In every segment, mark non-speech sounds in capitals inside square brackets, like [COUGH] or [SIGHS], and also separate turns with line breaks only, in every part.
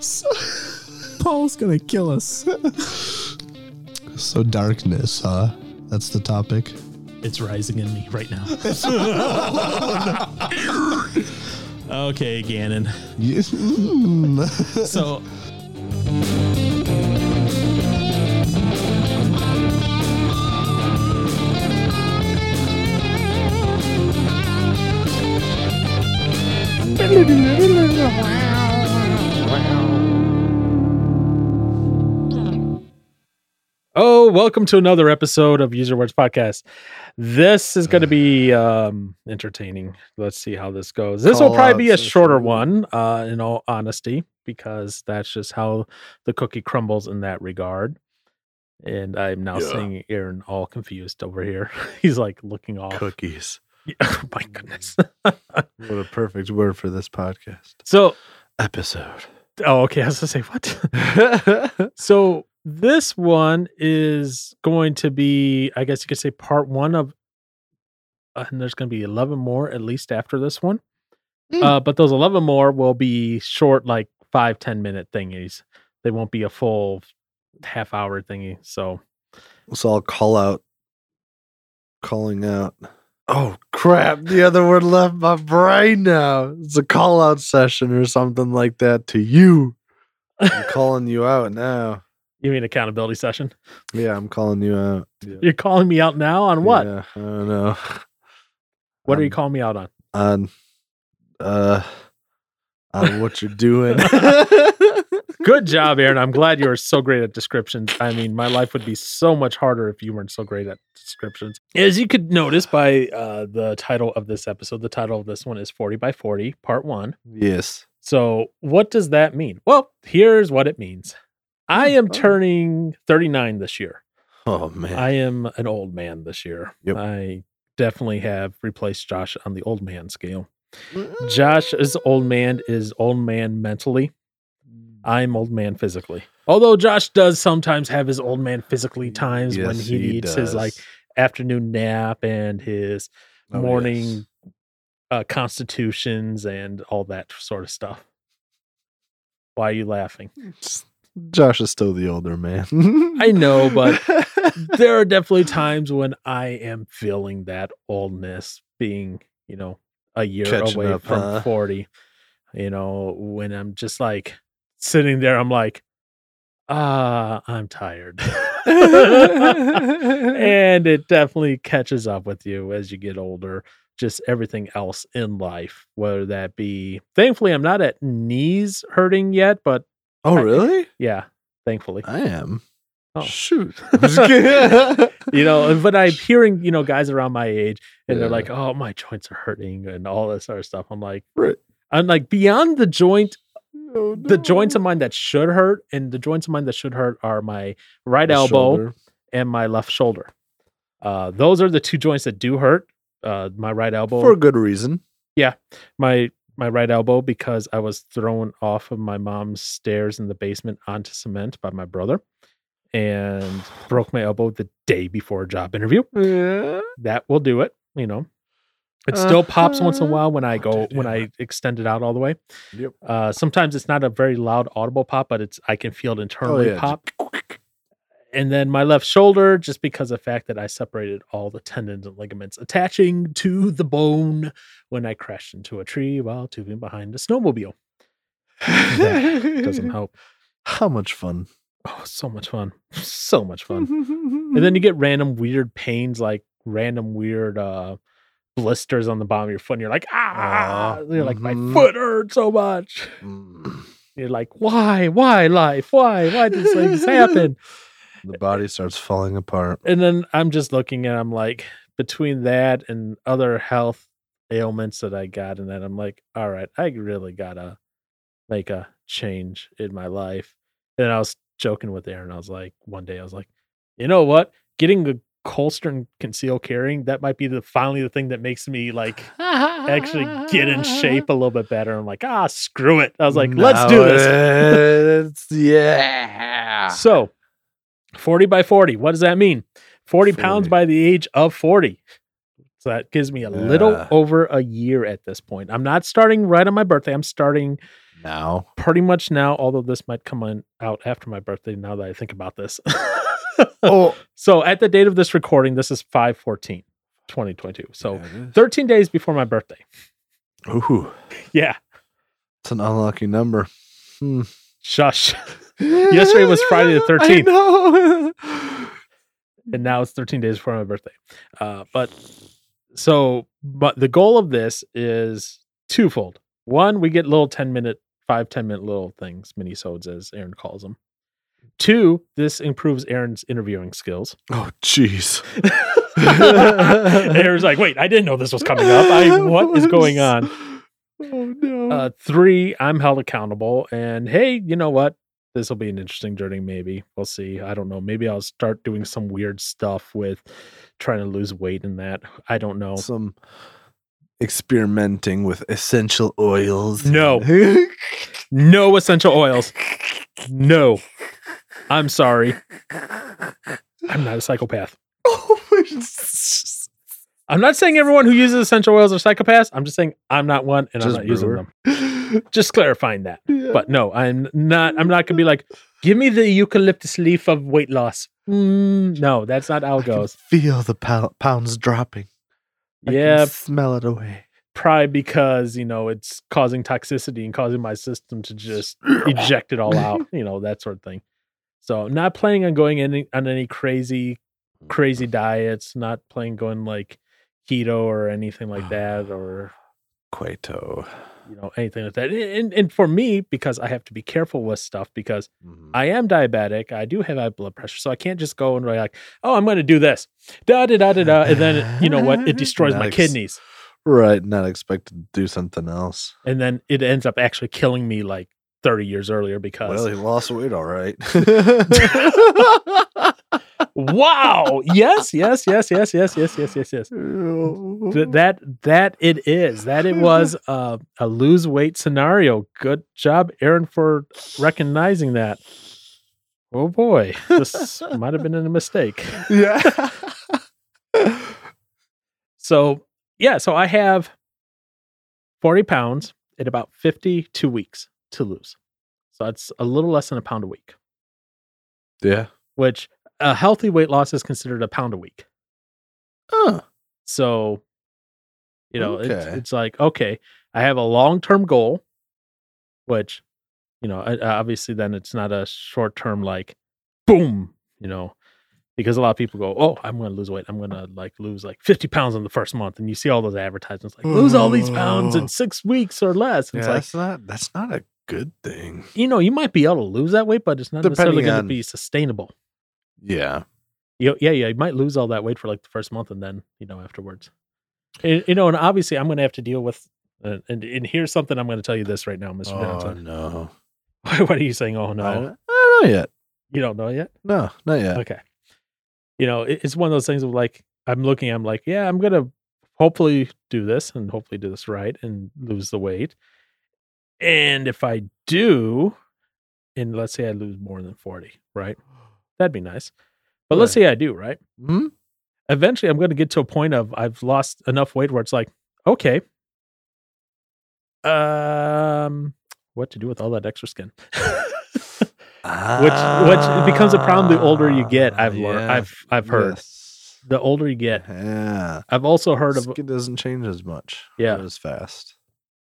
So,
Paul's gonna kill us.
so darkness, huh? That's the topic. [LAUGHS]
It's rising in me right
[LAUGHS]
now. okay, Ganon.
Yes. Mm.
So
Oh, welcome to another episode of User Words Podcast. This is going to be um, entertaining. Let's see how this goes. This will probably be a
Call-outs and
shorter
shit.
one, uh, in all honesty, because that's just how the cookie crumbles in that regard. And I'm now
Yeah.
seeing Aaron all confused over here. [LAUGHS] He's like looking off.
Cookies.
oh [LAUGHS] my goodness.
What a perfect word for
[LAUGHS]
this podcast
so,
episode.
oh, okay. I was going to say, what? [LAUGHS] So this one is going to be, I guess you could say, part one of, uh, and there's going to be eleven more at least after this one. Uh, but those eleven more will be short, like five ten minute thingies. They won't be a full half hour thingy. So
so I'll call out, calling out. Oh crap! The other word left my brain now. It's a call out session or something like that to you. I'm calling you out now.
you mean accountability session?
Yeah, I'm calling you out. Yeah.
You're calling me out now on what?
Yeah, I don't know.
What are you
Um,
calling me out on?
on uh on what
[LAUGHS]
you're doing.
Good job, Aaron. I'm glad you are so great at descriptions. I mean, my life would be so much harder if you weren't so great at descriptions. As you could notice by uh, the title of this episode, the title of this one is 40 by 40, part one.
yes.
So, what does that mean? Well, here's what it means I am turning 39 this year.
Oh man.
I am an old man this year.
Yep.
I definitely have replaced Josh on the old man scale. Josh's old man is old man mentally.
Mm.
I'm old man physically. Although Josh does sometimes have his old man physically times when
Mm, Yes,
he, needs his like
does.
afternoon nap and his
Oh,
morning
yes.
uh, constitutions and all that sort of stuff. Why are you laughing?
Josh is still the older man.
I know, but
[LAUGHS]
there are definitely times when I am feeling that oldness being, you know, a year
Catching
away
up,
from
huh?
40. You know, when I'm just like sitting there, I'm like, ah, I'm
[LAUGHS]
tired. and it definitely catches up with you as you get older. Just everything else in life, whether that be, thankfully, I'm not at knees hurting yet, but
oh really?
yeah, thankfully.
I am.
Oh.
Shoot. [LAUGHS] I'm just kidding.
you know but
[LAUGHS]
i'm hearing you know guys around my age and they're
Yeah.
like oh my joints are hurting and all this sort of stuff i'm like
Right.
i'm like beyond the joint
Oh,
[LAUGHS] the joints
no.
of mine that should hurt and the joints of mine that should hurt are my right
The
elbow
shoulder.
and my left shoulder uh those are the two joints that do hurt uh my right elbow
For a good reason.
my my right elbow because I was thrown off of my mom's stairs in the basement onto cement by my brother and broke my elbow the day before a job interview.
Yeah.
that will do it. You know, it still pops once in a
Uh-huh.
while when I go
Dude,
when
Uh, yeah.
I extend it out all the way.
Yep.
Uh, sometimes it's not a very loud audible pop, but it's I can feel it internally
Oh, yeah,
pop. And then my left shoulder, just because of the fact that I separated all the tendons and ligaments attaching to the bone when I crashed into a tree while tubing behind a snowmobile.
[LAUGHS]
That Doesn't help.
How much fun.
Oh, so much fun. So much fun. and then you get random weird pains like random weird uh blisters on the bottom of your foot and you're like ah
Aw,
you're like my
mhm.
foot hurts so much
Mm.
you're like why why life why why did these things happen
the body starts falling apart.
and then i'm just looking and i'm like between that and other health ailments that i got and then i'm like all right i really gotta make a change in my life and i was joking with aaron i was like one day i was like you know what getting a holster and conceal carrying that might be the finally the thing that makes me like [LAUGHS] actually get in shape a little bit better i'm like ah screw it i was like let's do this
this. [LAUGHS] yeah.
so, 40 by 40, what does that mean? 40, pounds
40.
by the age of 40. So that gives me a little
Yeah.
over a year at this point. I'm not starting right on my birthday. I'm starting
now.
pretty much now, although this might come on, out after my birthday now that I think about this. [LAUGHS]
Oh,
[LAUGHS] so at the date of this recording, this is 5 14, 2022. So 13 days before my birthday.
ooh,
Yeah.
it's an unlucky number. Hmm.
Shush. Yesterday was Friday the 13th.
[LAUGHS] I [LAUGHS] know.
and now it's 13 days before my birthday. Uh, but so, but the goal of this is twofold. One, we get little 10 minute, five, 10 minute little things, mini sods, as Aaron calls them. Two, this improves Aaron's interviewing skills. [LAUGHS]
oh, jeez.
Aaron's like, wait, I didn't know this was coming up.
[LAUGHS]
I, what is going on?
Oh no.
Uh, three, I'm held accountable. And hey, you know what? This will be an interesting journey, maybe. We'll see. I don't know. Maybe I'll start doing some weird stuff with trying to lose weight and that. I don't know.
Some experimenting with essential oils.
No. No essential oils. No. I'm sorry. I'm not a psychopath.
oh my.
I'm not saying everyone who uses essential oils are psychopaths. I'm just saying I'm not one and
Just
I'm not using
brewer.
them. Just clarifying that.
Yeah.
But no, I'm not. I'm not gonna be like, give me the eucalyptus leaf of weight loss. Mm, no, that's not how
I
it
can
goes.
feel the pou- pounds dropping. I can
Yeah,
smell it away.
probably because you know it's causing toxicity and causing my system to just eject it all
[LAUGHS]
out. You know that sort of thing. So not planning on going any, on any crazy,
Mm.
crazy diets. Not planning going like keto or anything like
[SIGHS]
that or
[COUGHS] Quato.
you know anything like that. And and for me because I have to be careful with stuff because. I am diabetic. I do have high blood pressure, so I can't just go and be like, "Oh, I'm going to do this," da da da da da, and then you know what? It destroys my
Nice.
kidneys,
right, not expected to do something else.
and then it ends up actually killing me like 30 years earlier
Well,
because
he lost weight, all right.
[LAUGHS]
[LAUGHS]
wow, yes, yes, yes, yes, yes, yes, yes, yes, yes. Th- that that it is that it was uh, a lose weight scenario. Good job, Aaron, for recognizing that. Oh boy, this might have been a mistake. [LAUGHS]
yeah.
So yeah, so I have 40 pounds in about 52 weeks to lose. So that's a little less than a pound a week,
Yeah.
which a healthy weight loss is considered a pound a week.
Oh,
So, you know, it's,
Okay.
it's like, okay, I have a long term goal, which, you know, I- I- obviously then it's not a short term like, boom, you know, because a lot of people go, oh, I'm going to lose weight. I'm going to like lose like 50 pounds in the first month. And you see all those advertisements like, lose all these pounds in six weeks or less. And
Mm. yeah,
It's like,
that's not that's not a good thing.
you know, you might be able to lose that weight, but it's not necessarily
Depending
going
on-
to be sustainable.
Yeah.
you yeah, yeah, you might lose all that weight for like the first month and then, you know, afterwards. And, you know, and obviously I'm going to have to deal with, uh, and, and here's something I'm going to tell you this right now, Mr. Johnson.
Oh, no.
[LAUGHS] what are you saying? Oh,
I,
no.
don't, I don't know yet.
You don't know yet?
No, not yet.
Okay. You know, it, it's one of those things of like, I'm looking, I'm like, yeah, I'm going to hopefully do this and hopefully do this right and lose the weight. And if I do, and let's say I lose more than 40, [GASPS] right? That'd be nice. But let's say I do, right?
Hmm?
eventually I'm going to get to a point of I've lost enough weight where it's like, okay, um, what to do with all that extra skin? [LAUGHS] which becomes a problem the older you get. I've learned,
Ah, Yeah.
I've I've heard
Yes.
the older you get.
Yeah.
I've also heard of
Skin doesn't change as much.
Yeah.
or as fast.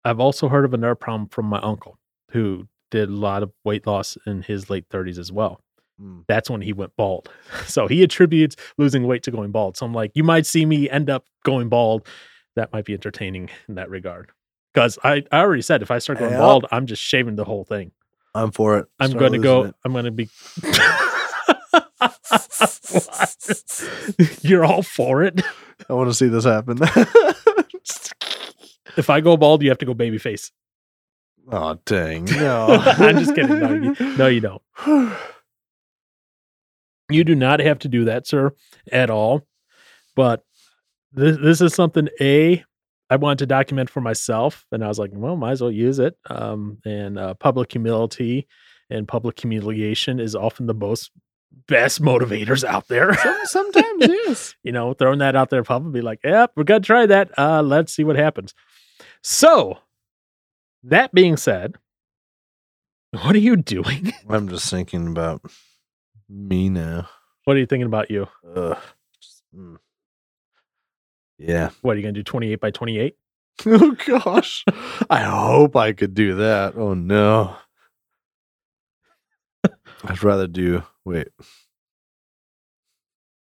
I've also heard of a nerve problem from my uncle who did a lot of weight loss in his late 30s as well.
Mm.
That's when he went bald. [LAUGHS] So he attributes losing weight to going bald. So I'm like, you might see me end up going bald. That might be entertaining in that regard. Because I, I already said if I start going
Yep.
bald, I'm just shaving the whole thing.
I'm for it.
I'm
Start
going to
losing
go.
it.
I'm going to
[LAUGHS]
be. [LAUGHS] What? [LAUGHS] You're all for it.
I want to see this happen. [LAUGHS]
If I go bald, you have to go baby face.
oh dang! No,
[LAUGHS] I'm just kidding. No,
[LAUGHS]
you, no, you don't. You do not have to do that, sir, at all. But this this is something a I wanted to document for myself, and I was like, well, might as well use it. Um, and uh, public humility and public humiliation is often the most best motivators out there.
sometimes yes.
you know, throwing that out there probably be like, yep, we're gonna try that. Uh, let's see what happens. So that being said,
What are you doing?
I'm just thinking about me now.
[LAUGHS] What are you thinking about you?
Ugh. Just, mm. Yeah.
What are you gonna do? Twenty eight by twenty eight?
[LAUGHS] Oh gosh. I hope I could do that. Oh no. [LAUGHS] I'd rather do wait.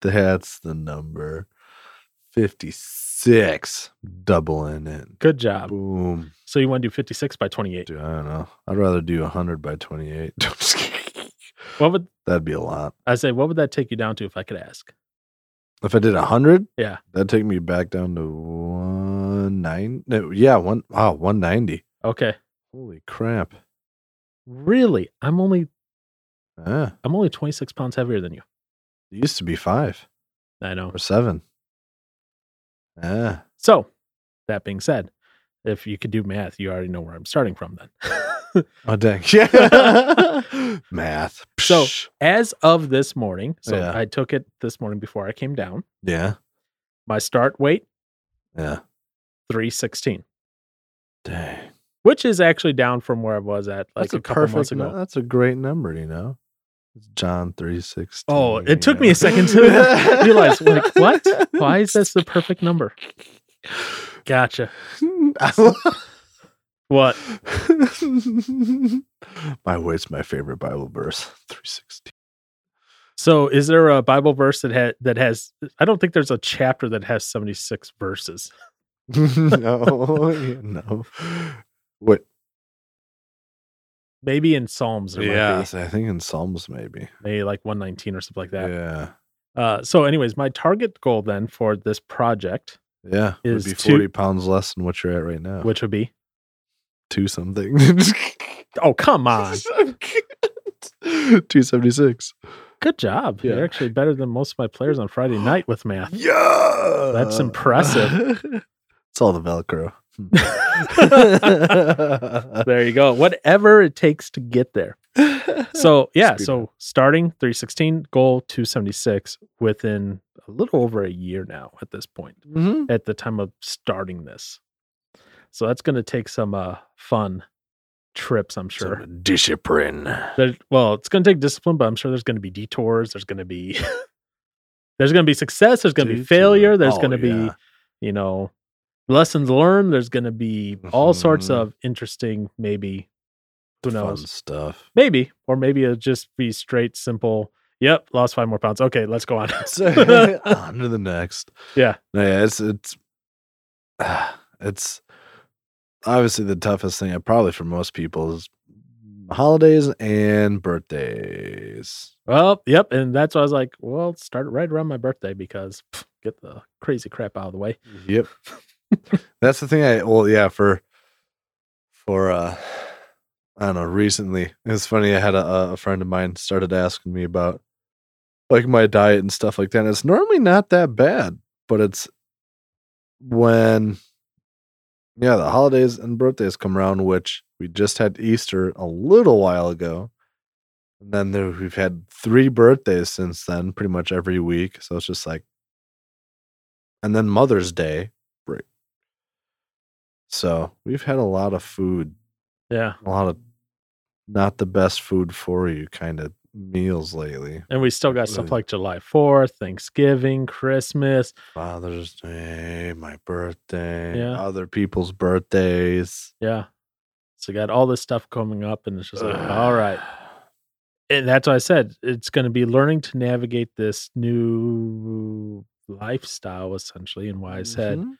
That's the number. 56 doubling it.
Good job.
Boom.
So you want to do fifty six by twenty eight?
Dude, I don't know. I'd rather do 100 by 28. [LAUGHS] I'm just kidding.
What would
That'd be a lot.
I say? What would that take you down to if I could ask?
If I did 100,
Yeah.
that'd take me back down to 190. No, yeah, one, wow, 190.
Okay.
Holy crap.
Really? I'm only
Yeah,
I'm only twenty six pounds heavier than you.
Ah, it used to be five
I know.
or seven. Ah. Yeah.
So, that being said, if you could do math, you already know where I'm starting from then. [LAUGHS]
Oh, dang. Yeah. Math.
[LAUGHS] So- As of this morning, so
Yeah.
I took it this morning before I came down.
yeah.
My start weight,
Yeah.
316,
Dang.
which is actually down from where I was at like a, couple months
nu-
ago.
that's a great number, you know. It's John three sixteen.
Oh, it took me a second
[LAUGHS]
to realize, like, what? Why is this the perfect number? Gotcha. What?
my weight's my favorite Bible verse. [LAUGHS] Three sixteen.
So, is there a Bible verse that ha- that has? I don't think there's a chapter that has 76 verses.
no, [LAUGHS] yeah, no. What?
Maybe in Psalms, there might
I think in Psalms maybe.
be. maybe like 119 or something like that.
Yeah,
Uh, so, anyways, my target goal then for this project,
yeah. It would
Is
be
two-
forty pounds less than what you're at right now.
which would be
two [LAUGHS] something?
oh [LAUGHS] come on,
Two seventy six.
good job!
Yeah.
You're actually better than most of my players on Friday night with math.
Yeah,
That's impressive.
[LAUGHS] it's all the Velcro.
[LAUGHS]
Hmm. [LAUGHS]
There you go. Whatever it takes to get there. So yeah,
Speed
so starting 316, goal 276 within a little over a year now at this point.
Mhm.
At the time of starting this, so that's going to take some uh, fun trips, I'm sure.
Some discipline.
There, well, it's going to take discipline, but I'm sure there's going to be detours. There's going to be [LAUGHS] there's going to be success. There's going to be
Detour.
failure. There's
Oh,
going to be
yeah.
you know lessons learned. There's going to be all sorts
Mhm.
of interesting, maybe who knows,
Fun stuff.
maybe or maybe it'll just be straight simple. Yep, lost five more pounds. Okay, let's go on. [LAUGHS]
[LAUGHS] So, on to the next.
Yeah.
No, yeah, it's it's [SIGHS] it's obviously the toughest thing uh, probably for most people is holidays and birthdays.
well, yep, and that's why I was like, well, start it right around my birthday because pff, get the crazy crap out of the way.
Yep. That's the thing I well yeah, for for uh I don't know, recently. It was funny I had a a friend of mine started asking me about like my diet and stuff like that. And it's normally not that bad, but it's when yeah, the holidays and birthdays come around, which we just had Easter a little while ago. And then there, we've had three birthdays since then, pretty much every week. So it's just like and then Mother's Day break. So we've had a lot of food,
Yeah,
a lot of not the best food for you kind of meals lately.
and we still got stuff
Absolutely.
like July Fourth, Thanksgiving, Christmas.
Father's Day, my birthday,
Yeah.
other people's birthdays.
Yeah. So you got all this stuff coming up, and it's just like, all right. And that's why I said it's going to be learning to navigate this new lifestyle, essentially. And why I said
Mhm.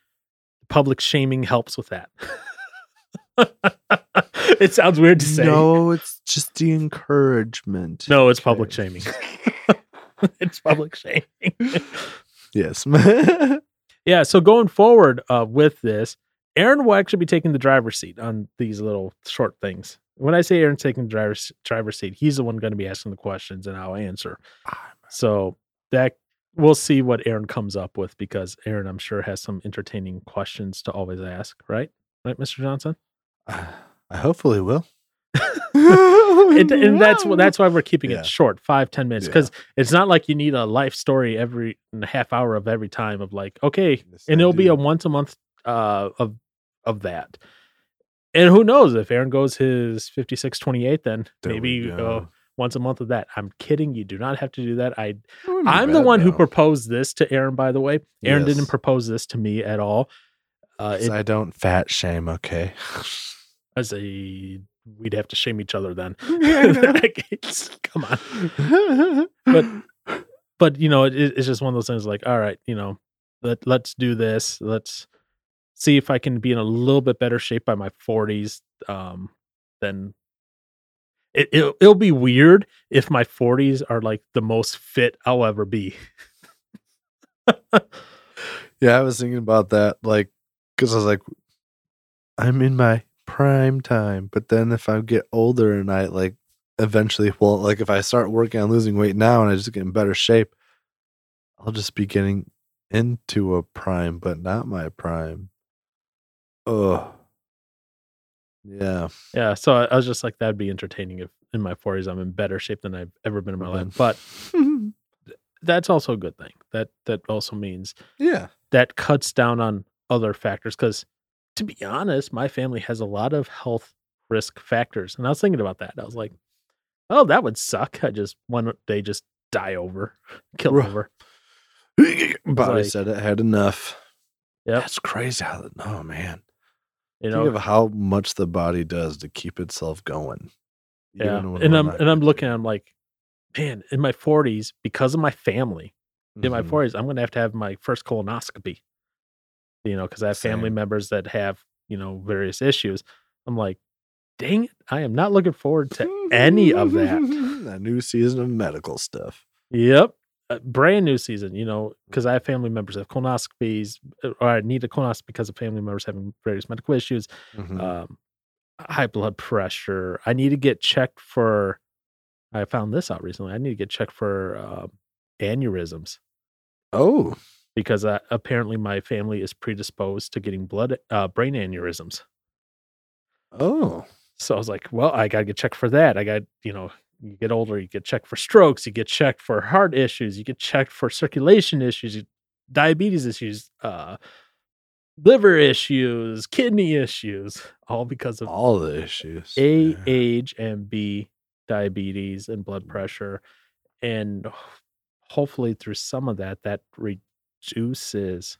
public shaming helps with that. [LAUGHS] it sounds weird to [LAUGHS] say.
No, it's just the encouragement.
No, it's public
Okay.
shaming. [LAUGHS] it's public shaming.
Yes. [LAUGHS]
yeah. So going forward uh, with this, Aaron will actually be taking the driver's seat on these little short things. When I say Aaron's taking the driver's driver's seat, he's the one going to be asking the questions, and I'll answer.
Ah,
So that we'll see what Aaron comes up with because Aaron, I'm sure, has some entertaining questions to always ask. Right, right, Mr. Johnson.
I hopefully will.
[LAUGHS] And, and that's
[LAUGHS]
wh- that's why we're keeping
Yeah.
it short, five ten minutes,
Yeah.
because it's not like you need a life story every and a half hour of every time of like, okay,
Yes,
and
I
it'll be
do.
a once a month uh of of that And who knows if Aaron goes his 56 28, then
There we
maybe
go.
uh, once a month of that. I'm kidding. You do not have to do that. I
That wouldn't be
I'm the
bad,
one who
though.
proposed this to Aaron, by the way. Aaron
Yes.
didn't propose this to me at all. Uh,
'Cause
it
I don't fat
[LAUGHS]
shame, okay?
was a we'd have to shame each other then.
[LAUGHS]
[LAUGHS]
Yeah,
It's- Come on.
I know.
But you know, it, it's just one of those things. Like, all right, you know, let let's do this. Let's see if I can be in a little bit better shape by my 40s. Um, then it it'll, it'll be weird if my 40s are like the most fit I'll ever be. [LAUGHS]
yeah, I was thinking about that, like, because I was like, I'm in my prime time, but then if I get older and I like eventually, well, like if I start working on losing weight now and I just get in better shape, I'll just be getting into a prime, but not my prime. Oh, yeah.
Yeah, so I, I was just like, that'd be entertaining if in my 40s I'm in better shape than I've ever been in my
Mm-hmm.
life. But that's also a good thing. That that also means
[LAUGHS] yeah,
that cuts down on other factors because, to be honest, my family has a lot of health risk factors, and I was thinking about that. I was like, oh, that would suck. I just one day just die over, [LAUGHS] kill
Right.
over.
[LAUGHS] body
like-
said it had enough.
Yep.
that's crazy. How that, oh man.
You
Think
know,
of how much the body does to keep itself going.
yeah.
Even when
And
we're
I'm
not
and I'm
good.
looking. I'm like, man, in my 40s, because of my family, in my
Mhm.
40s, I'm going to have to have my first colonoscopy, you know, because I have family
Same.
members that have, you know, various issues. I'm like, dang it, I am not looking forward to any of
[LAUGHS]
that.
A new season of medical stuff.
Yep. A brand new season, you know, because I have family members that have colonoscopies uh, or I need a colonoscopy because of family members having various medical issues,
Uh,
um, high blood pressure. I need to get checked for, I found this out recently. I need to get checked for um, aneurysms.
oh,
because uh, apparently my family is predisposed to getting blood uh, brain aneurysms.
oh,
So I was like, well, I got to get checked for that. I got, you know, you get older, you get checked for strokes, you get checked for heart issues, you get checked for circulation issues, you- diabetes issues, uh, liver issues, kidney issues, all because of
all the issues.
A,
Yeah.
age, and B, diabetes and blood pressure. And hopefully, through some of that, that reduces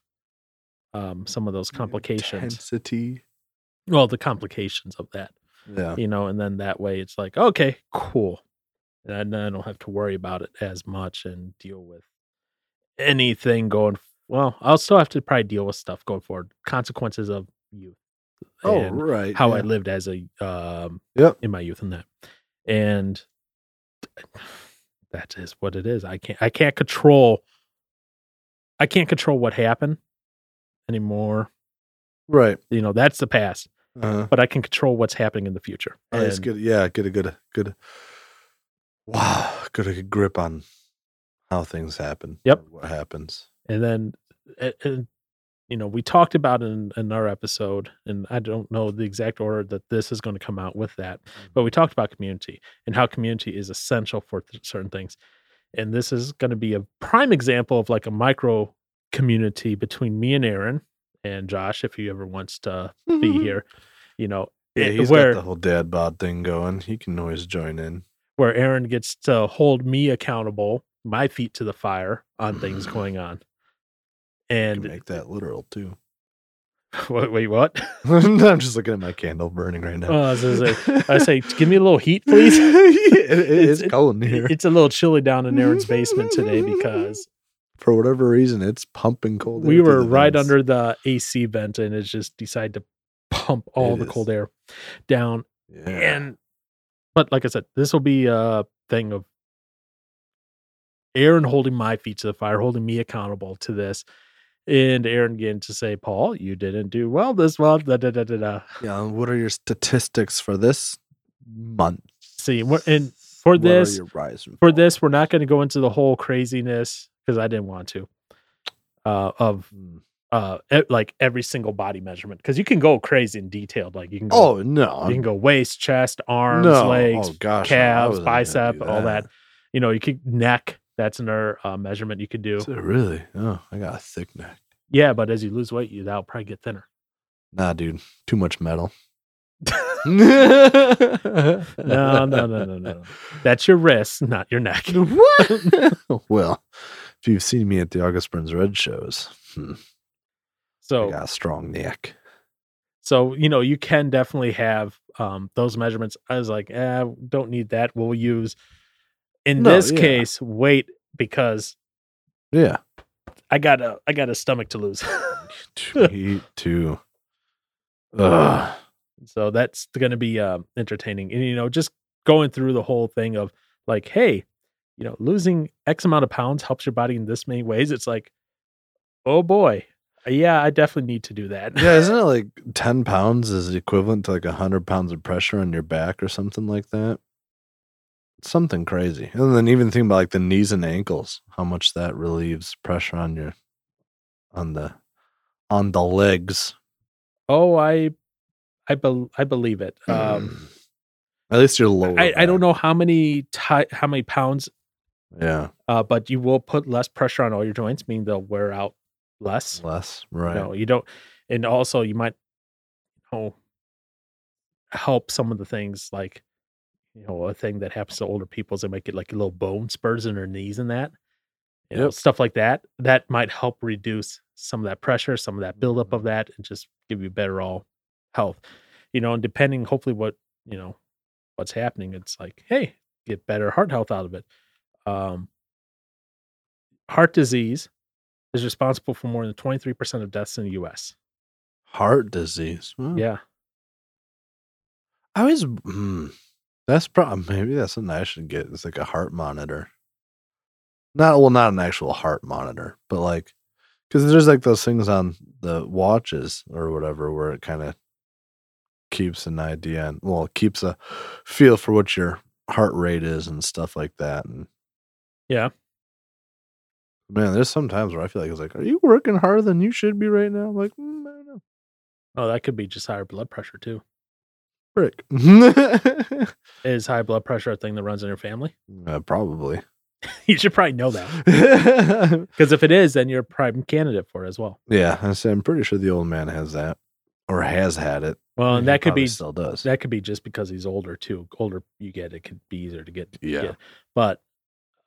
um, some of those complications.
Intensity.
Well, the complications of that,
Yeah.
you know, and then that way it's like, okay, cool. And I- then I don't have to worry about it as much and deal with anything going. Well, I'll still have to probably deal with stuff going forward, consequences of youth.
Oh,
and
right.
how I
yeah.
lived as a um
Yep.
in my youth and that. And [SIGHS] that is what it is. I can't I can't control I can't control what happened anymore.
Right.
You know, that's the past,
Uh-huh.
but I can control what's happening in the future.
Oh, it's
And
good. Yeah, get a good, uh, good. Wow, get a good grip on how things happen.
Yep.
or What happens?
and then and, and, you know we talked about in, in our episode and i don't know the exact order that this is going to come out with that but we talked about community and how community is essential for th- certain things and this is going to be a prime example of like a micro community between me and aaron and josh if he ever wants to
[LAUGHS]
be
Mm-hmm.
here you know
Yeah,
it-
he's
where
got the whole dad bod thing going. He can always join in.
where aaron gets to hold me accountable my feet to the fire on things going on
And
and [LAUGHS]
make that literal too. [LAUGHS]
wait, wait what
I'm just looking at my candle burning right now.
Oh, I was gonna I
[LAUGHS]
say, give me a little heat, please.
it, it is
[LAUGHS] It's-
cold in here.
it's a little chilly down in Aaron's basement
[LAUGHS]
today because
For whatever reason, it's pumping cold.
we
air through
were
the
right
vents.
under the AC vent and it just decided to pump all
It
the
is.
cold air down.
Yeah.
And but like I said, this will be a thing of Aaron holding my feet to the fire, holding me accountable to this. And Aaron getting to say, Paul, you didn't do well this month. Da, da, da, da, da.
Yeah, and What are your statistics for this month?
See, we're- and for
What are
this-
your rise and
for
falls?
this, we're not going to go into the whole craziness because I didn't want to uh, of
Mm.
uh, e- like every single body measurement because you can go crazy and detailed. Like you can go,
Oh no,
you can go waist, chest, arms,
no.
legs,
oh, gosh, no, I
calves,
wasn't gonna
bicep,
do
all that. You know, you could neck. That's another uh, measurement you could do.
Is it really? Oh, I got a thick neck.
yeah, but as you lose weight, you that'll probably get thinner. [LAUGHS]
Nah, dude, too much metal. no,
No, no, no, no, no. That's your wrist, not your
[LAUGHS]
neck.
What? [LAUGHS] well, if you've seen me at the August Burns Red shows, hmm, I
So,
got a strong neck.
so you know, you can definitely have um, those measurements. I was like, eh, don't need that. We'll use, in
No,
this
yeah.
case, weight because [LAUGHS]
Yeah.
I got a I got a stomach to lose. [LAUGHS]
Me too. Ugh.
so that's going to be um, entertaining and you know just going through the whole thing of like hey you know losing x amount of pounds helps your body in this many ways it's like oh boy yeah i definitely need to do that
Yeah, isn't it like 10 pounds is equivalent to like 100 pounds of pressure on your back or something like that? Something crazy. And then even think about like the knees and ankles, how much that relieves pressure on your, on the, on the legs.
[LAUGHS] oh i i, bel I believe it um
Um, at least your lower.
I, I don't
back.
know how many ti how many pounds
Yeah.
uh but you will put less pressure on all your joints meaning they'll wear out less
Less. Right.
No, you don't. And also, you might, you know, help some of the things like, you know, a thing that happens to older people is they might get like little bone spurs in their knees and that, you know,
Yep.
stuff like that. That might help reduce some of that pressure, some of that buildup
Mm-hmm.
of that, and just give you better all health, you know. And depending, hopefully, what you know, what's happening, it's like, hey, get better heart health out of it. Um, heart disease is responsible for more than 23% of deaths in the US.
Heart disease. Hmm.
Yeah.
I always. Mm, that's probably maybe that's something I should get. It's like a heart monitor. Not well, not an actual heart monitor, but like because there's like those things on the watches or whatever where it kind of keeps an idea and well, it keeps a feel for what your heart rate is and stuff like that. And
Yeah.
man, there's some times where I feel like it's like, are you working harder than you should be right now? I'm like, mm, I don't know.
Oh, that could be just higher blood pressure too.
Frick.
Is high blood pressure a thing that runs in your family?
[LAUGHS]
[LAUGHS]
Uh, probably.
you should probably know that. [LAUGHS] Because if it is, then you're a prime candidate for it as well.
yeah, I say I'm pretty sure the old man has that or has had it.
Well, and
Yeah,
Oh, that could
probably
be
still does.
that could be just because he's older too. Older you get, it could be easier to get.
Yeah.
get. But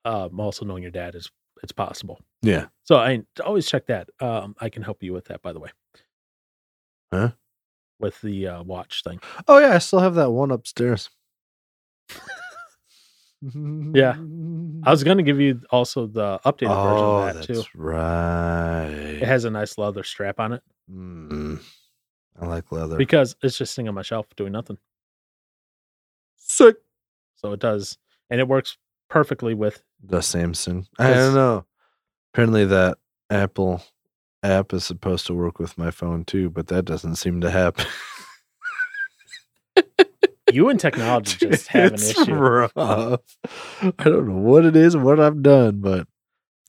um, also knowing your dad is it's possible.
yeah.
So I always check that. Um, I can help you with that, by the way.
Huh?
With the uh, watch thing.
Oh yeah, I still have that
[LAUGHS]
one upstairs. [LAUGHS] yeah.
I was gonna give you also the updated
oh,
version of that too.
that's right.
It has a nice leather strap on it
Mm. I like leather.
because it's just sitting on my shelf doing nothing.
Sick.
So it does, and it works perfectly with.
The Samsung. I
It's-
don't know. Apparently, that Apple app is supposed to work with my phone too, but that doesn't seem to happen.
You and
[LAUGHS]
technology just have an
It's
issue.
rough. I don't know what it is, what I've done, but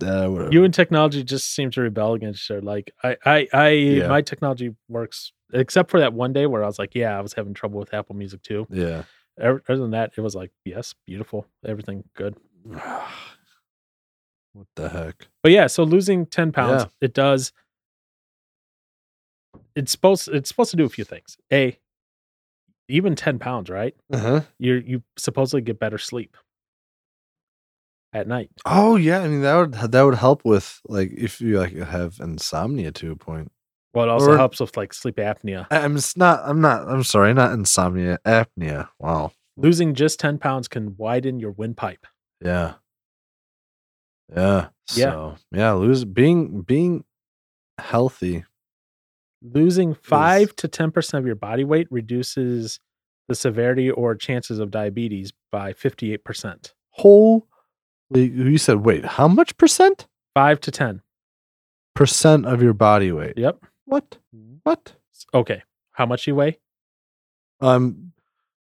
uh, whatever.
You and technology just seem to rebel against each other. Like I, I, I,
Yeah.
my technology works except for that one day where I was like, yeah, I was having trouble with Apple Music too. [SIGHS]
yeah.
Ever- Other than that, it was like, yes, beautiful, everything good.
what the heck?
But yeah, so losing ten pounds,
Yeah.
it does. It's supposed it's supposed to do a few things. A, even ten pounds, right?
Uh-huh.
You you supposedly get better sleep at night.
Oh yeah, I mean that would that would help with like if you like have insomnia to a point.
Well, it also
Or-
helps with like sleep apnea.
I- I'm just not. I'm not. I'm sorry. Not insomnia. Apnea. Wow.
Losing just ten pounds can widen your windpipe.
Yeah. Yeah.
Yeah.
So yeah, lose being being healthy.
Losing five to ten percent of your body weight reduces the severity or chances of diabetes by fifty eight percent.
Whole. You said wait, how much percent?
Five to ten.
Percent of your body weight.
Yep.
What?
Mm-hmm.
What?
Okay. How much you weigh?
I'm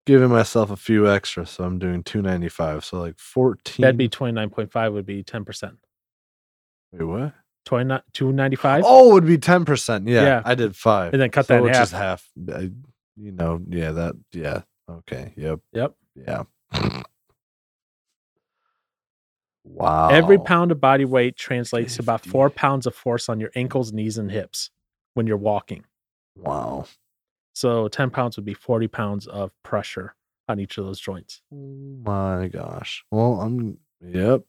giving myself a few extra, so I'm doing 295. So like 14.
That'd be twenty nine point five. Would be ten percent.
Wait, what?
29 295
Oh, it would be 10%. Yeah,
Yeah.
I did five.
and then cut
So
that in
which
half.
is half. I, you know, yeah, that, yeah. Okay. Yep.
Yep.
Yeah. wow.
Every pound of body weight translates to about
50.
four pounds of force on your ankles, knees, and hips when you're walking.
Wow.
So 10 pounds would be 40 pounds of pressure on each of those joints.
Oh my gosh. Well, I'm yep.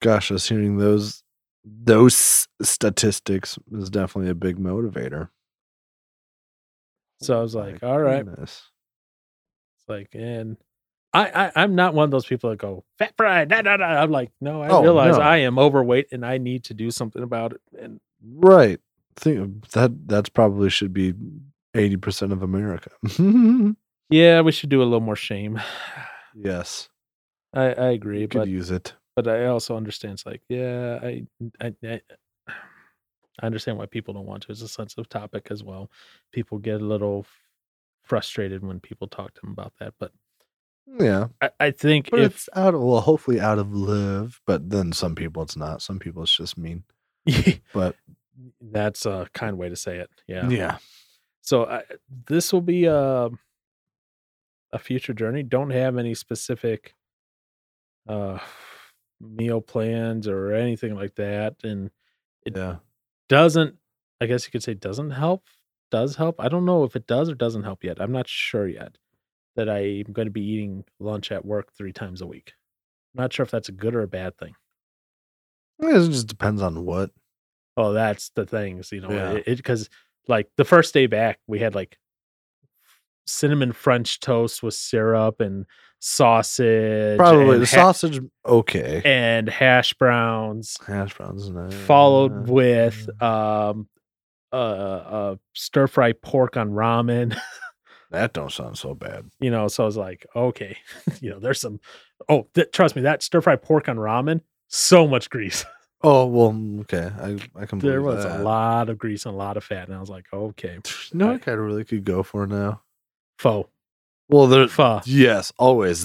Gosh, just hearing those those statistics is definitely a big motivator.
So I was
Oh My
like, all right.
goodness.
It's like, and I, I I'm not one of those people that go fat fried. Da, da, da. I'm like, no, I
Oh,
realize
no.
I am overweight and I need to do something about it. And
Right. Think that that's probably should be 80% of America. [LAUGHS]
yeah, we should do a little more shame. [LAUGHS]
yes.
I, I agree,
You could
but
use it.
but I also understand. It's like, yeah, I I. I I understand why people don't want to. It's a sensitive topic as well. People get a little frustrated when people talk to them about that. But
Yeah.
I, I think
But
if
it's out of, well, hopefully out of love, but then some people it's not. Some people it's just mean.
[LAUGHS]
But
that's a kind way to say it. Yeah.
yeah.
So I, this will be a a future journey. Don't have any specific uh meal plans or anything like that, and It-
Yeah.
doesn't. I guess you could say doesn't help. Does help? I don't know if it does or doesn't help yet. I'm not sure yet that I'm going to be eating lunch at work three times a week. I'm not sure if that's a good or a bad thing.
It just depends on what.
Oh, that's the things, you know,
Yeah.
it because like the first day back, we had like cinnamon French toast with syrup and sausage,
Probably
and
the
ha-
sausage. Okay.
and hash browns,
Hash browns. no. Uh,
followed with um uh, uh stir fry pork on ramen.
that don't sound so bad.
you know so i was like okay [LAUGHS] you know there's some oh th- trust me that stir fry pork on ramen so much grease
Oh well, mm, okay. I I can.
there
believe
was
that.
a lot of grease and a lot of fat and i was like okay
You know, I kind of really could go for now.
faux
Well, there.
pho.
Yes, always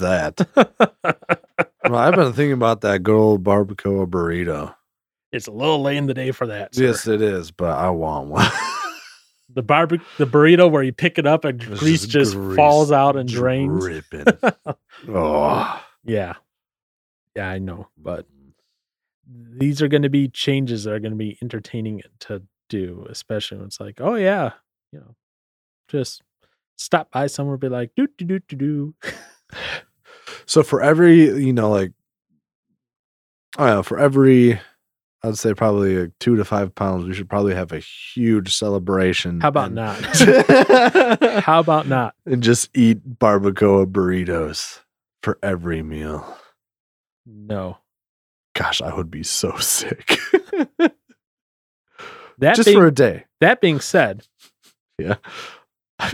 [LAUGHS]
that. Well, I've been thinking about that good old barbacoa burrito.
it's a little late in the day for that sir.
Yes, it is, but I want one. [LAUGHS]
the barbe the burrito where you pick it up and
It's
grease
just
just
grease
falls out and drains [LAUGHS]
Dripping. oh,
yeah yeah i know but these are going to be changes that are going to be entertaining to do, especially when it's like, oh yeah, you know, just stop by somewhere, be like, do do do do [LAUGHS] do.
So for every, you know, like I don't know, for every I'd say probably like two to five pounds, we should probably have a huge celebration.
How about
and- [LAUGHS]
not? How about not?
and just eat barbacoa burritos for every meal.
No,
Gosh, I would be so [LAUGHS] sick.
that
just
being,
for a day.
that being said,
Yeah. [LAUGHS]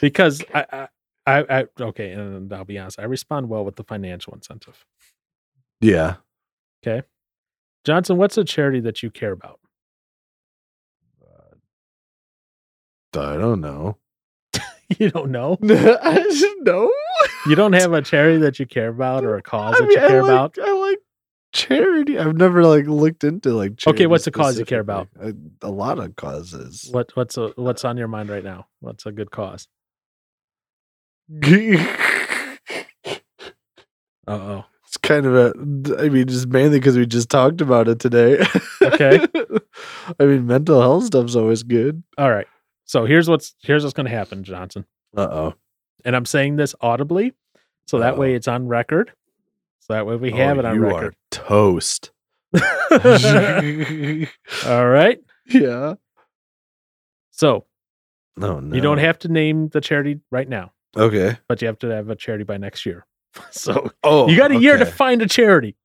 because I, I I I okay, and I'll be honest, I respond well with the financial incentive.
yeah.
Johnson, what's a charity that you care
[LAUGHS]
about?
I
[LAUGHS]
don't know.
You don't know.
I should know.
You don't have a charity that you care about or a cause that
mean,
you care
I
about.
like, I like charity. I've never like looked into like charity
Okay, what's the cause you care about?
specifically. I- A, lot of causes. [LAUGHS]
What what's a, what's on your mind right now? What's a good cause?
it's
Uh
kind of a. I mean, just mainly because we just talked about it today.
Okay.
[LAUGHS] I mean, mental health stuff's always good.
oh. All right. So here's what's here's what's going to happen, Johnson.
Uh oh.
And I'm saying this audibly, so that way it's on record. So that way we have it on
Oh, you
record.
are
[LAUGHS]
toast. [LAUGHS]
all right.
yeah.
So
No, no.
you don't have to name the charity right now, [LAUGHS]
Okay.
but you have to have a charity by next year. [LAUGHS] So
Oh,
you got a year to
okay.
find a charity.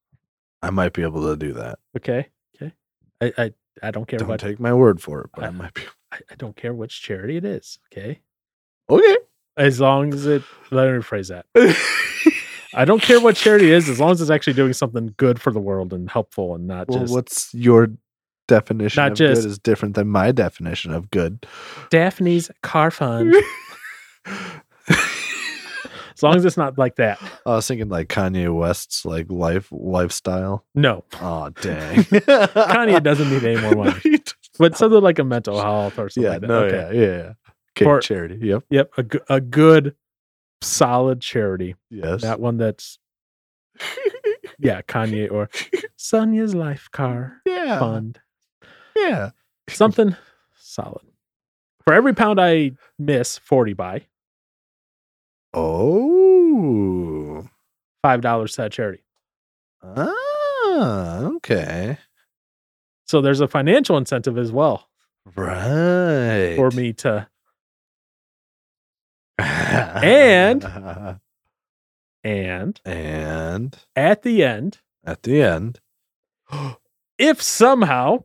I might be able to do that.
Okay. Okay. I I, I don't care
Don't
about
take my word for it,
[LAUGHS]
but I
I-
might be.
I, I don't care which charity it is. Okay.
Okay.
As long as it let me rephrase that.
[LAUGHS]
I don't care what charity it is, as long as it's actually doing something good for the world and helpful and not
well,
just
what's your definition
Not
of
just-
good is different than my definition of good.
Daphne's car fund.
[LAUGHS]
as long as it's not like that.
I was thinking like Kanye West's like life lifestyle.
No,
Oh
[LAUGHS]
dang. Kanye
doesn't need any more
[LAUGHS]
money. but something like a mental health or something
yeah,
like that.
no,
okay.
yeah, yeah, yeah. Okay,
For-
charity. Yep.
Yep. A, g- a good, solid charity.
Yes.
Not one that's, yeah, Kanye or Sonia's life car
yeah.
fund.
Yeah.
Something solid. For every pound I miss, 40 by
Oh.
$5 to that charity.
Ah, okay.
So there's a financial incentive as well
Right.
for me to. And- And
[LAUGHS] and
at the end,
at the end,
if somehow,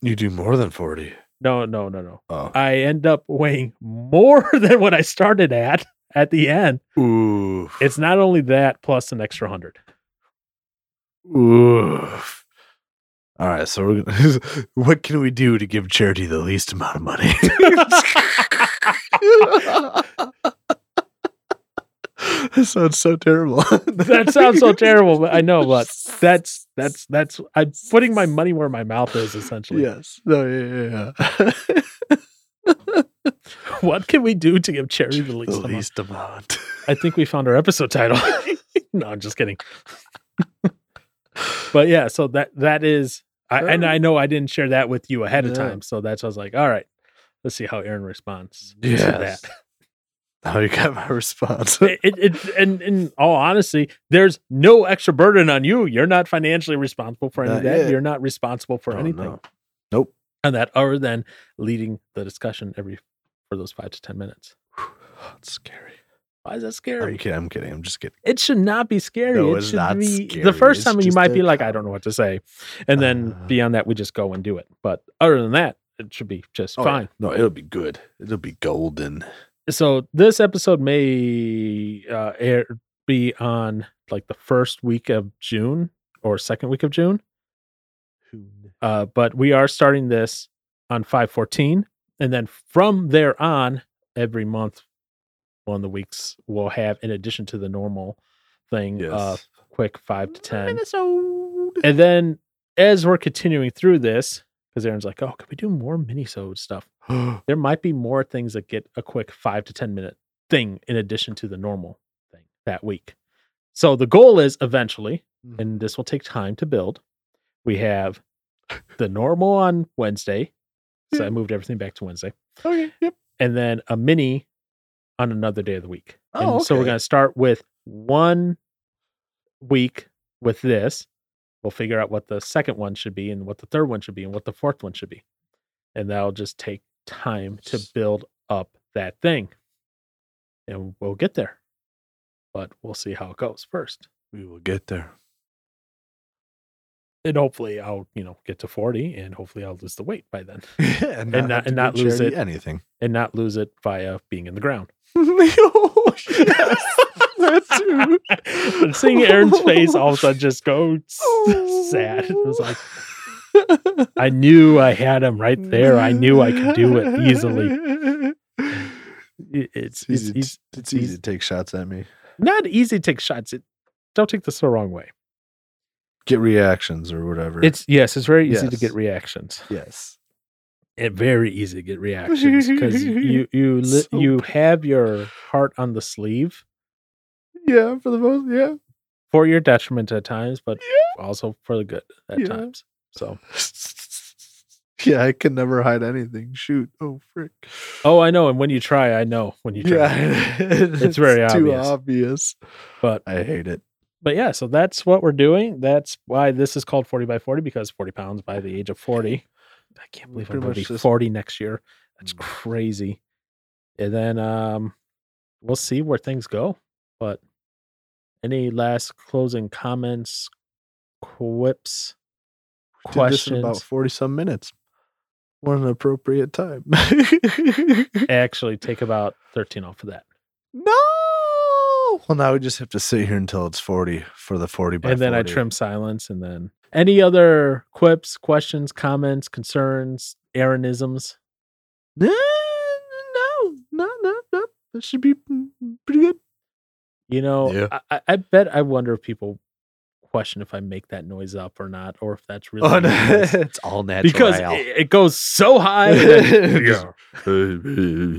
you do more than 40.
no, no, no, no,
Oh.
I end up weighing more [LAUGHS] than what I started at at the end,
Oof.
it's not only that plus an extra 100.
Oof. All right, so we're gonna, [LAUGHS] what can we do to give charity the least amount of money? [LAUGHS] that sounds so terrible.
that sounds so terrible, but I know, but that's that's that's I'm putting my money where my mouth is essentially.
[LAUGHS] yes. No, yeah, yeah, [LAUGHS] yeah.
What can we do to give charity the least
the
amount?
least amount. [LAUGHS]
I think we found our episode title. [LAUGHS] no, I'm just kidding. but yeah, so that that is I, and I know I didn't share that with you ahead of
Yeah.
time, so that's why I was like, all right, let's see how Aaron responds to that.
Yes. Now you got my response.
it, it, it and in all honesty, there's no extra burden on you. You're not financially responsible for any of
Not
that.
yet.
You're not responsible for
Oh,
anything
no.
on that other than leading the discussion every for those five to ten minutes.
That's scary.
Why is that
I'm
scary?
kidding. I'm kidding. I'm just kidding.
It should not be scary.
No,
it
it's
should
not
be the
scary.
first
It's
time you
just
might
a
be like, I don't know what to say. And then
Uh.
beyond that, we just go and do it. But other than that, it should be just
Oh, yeah.
fine.
No, it'll be good. It'll be golden.
so this episode may uh, air be on like the first week of June or second week of June. Uh, but we are starting this on five fourteen, and then from there on, every month, on the weeks we'll have in addition to the normal thing, uh,
Yes.
quick five to ten,
Minnesota.
and then as we're continuing through this, because Aaron's like, "Oh, could we do more minisode stuff?" there might be more things that get a quick five to 10 minute thing in addition to the normal thing that week. So the goal is eventually,
Mm-hmm.
and this will take time to build, we have the normal on Wednesday. So I moved everything back to Wednesday.
okay. Yep.
And then a mini on another day of the week. and
Oh,
so we're
okay.
going to start with one week with this. We'll figure out what the second one should be and what the third one should be and what the fourth one should be. And that'll just take time to build up that thing. And we'll get there. But we'll see how it goes first.
We will get there.
And hopefully I'll, you know, get to 40 and hopefully I'll lose the weight by then
and
not-
have
[LAUGHS]
to
and not
give
lose
charity
it.
[LAUGHS] Anything.
and not lose it via being in the ground. [LAUGHS]
oh, yes. that too.
But seeing Aaron's face all of a sudden just go s- [LAUGHS] sad. It was like I knew I had him right there. I knew I could do it [LAUGHS] easily. It- It's it's,
It's easy,
eas-
to, it's easy to take shots at me.
not easy to take shots. It, don't take this the wrong way.
Get reactions or whatever.
It's yes, it's very easy to
Yes.
get reactions.
yes.
It very easy to get reactions [LAUGHS] because you you li-
So
you have your heart on the sleeve
Yeah, for the most. Yeah. [LAUGHS]
for your detriment at times, but also for the good at
Yeah.
times. So
Yeah, I can never hide anything. Shoot. Oh, frick.
oh, I know. And when you try, I know when you try.
Yeah, [LAUGHS] it's,
very
too
obvious.
obvious.
But
I hate it.
but yeah, so that's what we're doing. That's why this is called 40 by 40 because 40 pounds by the age of 40. I can't believe I'm
Pretty
going
much
to be
just-
40 next year. That's
Mm.
crazy. And then um we'll see where things go. But any last closing comments, quips,
Did this in
questions?
about forty some minutes. What an appropriate time. [LAUGHS]
Actually, take about 13 off of that.
no. Well, now we just have to sit here until it's forty for the forty by.
and then I
40.
trim silence and then any other quips, questions, comments, concerns, Aaronisms?
Eh, No, no, no, no. That should be mm, pretty good.
You know,
Yeah.
I- I, I bet I wonder if people question if I make that noise up or not, or if that's really
Oh, [LAUGHS]
what
no.
it is.
it's all natural.
because
[LAUGHS]
it, it goes so high. that-
Just-
Yeah.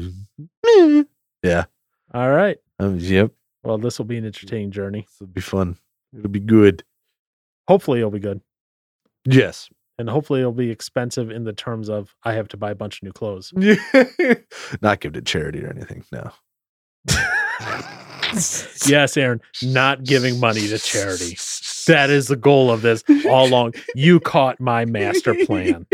All right.
Um, yep,
Well, this will be
Mm.
an entertaining journey.
it'll be fun. It'll be good.
Hopefully, it'll be good.
Yes.
and hopefully it'll be expensive in the terms of I have to buy a bunch of new clothes.
Not give to charity or anything. No.
Yes, Aaron, not giving money to charity. That is the goal of this all along. You caught my master plan.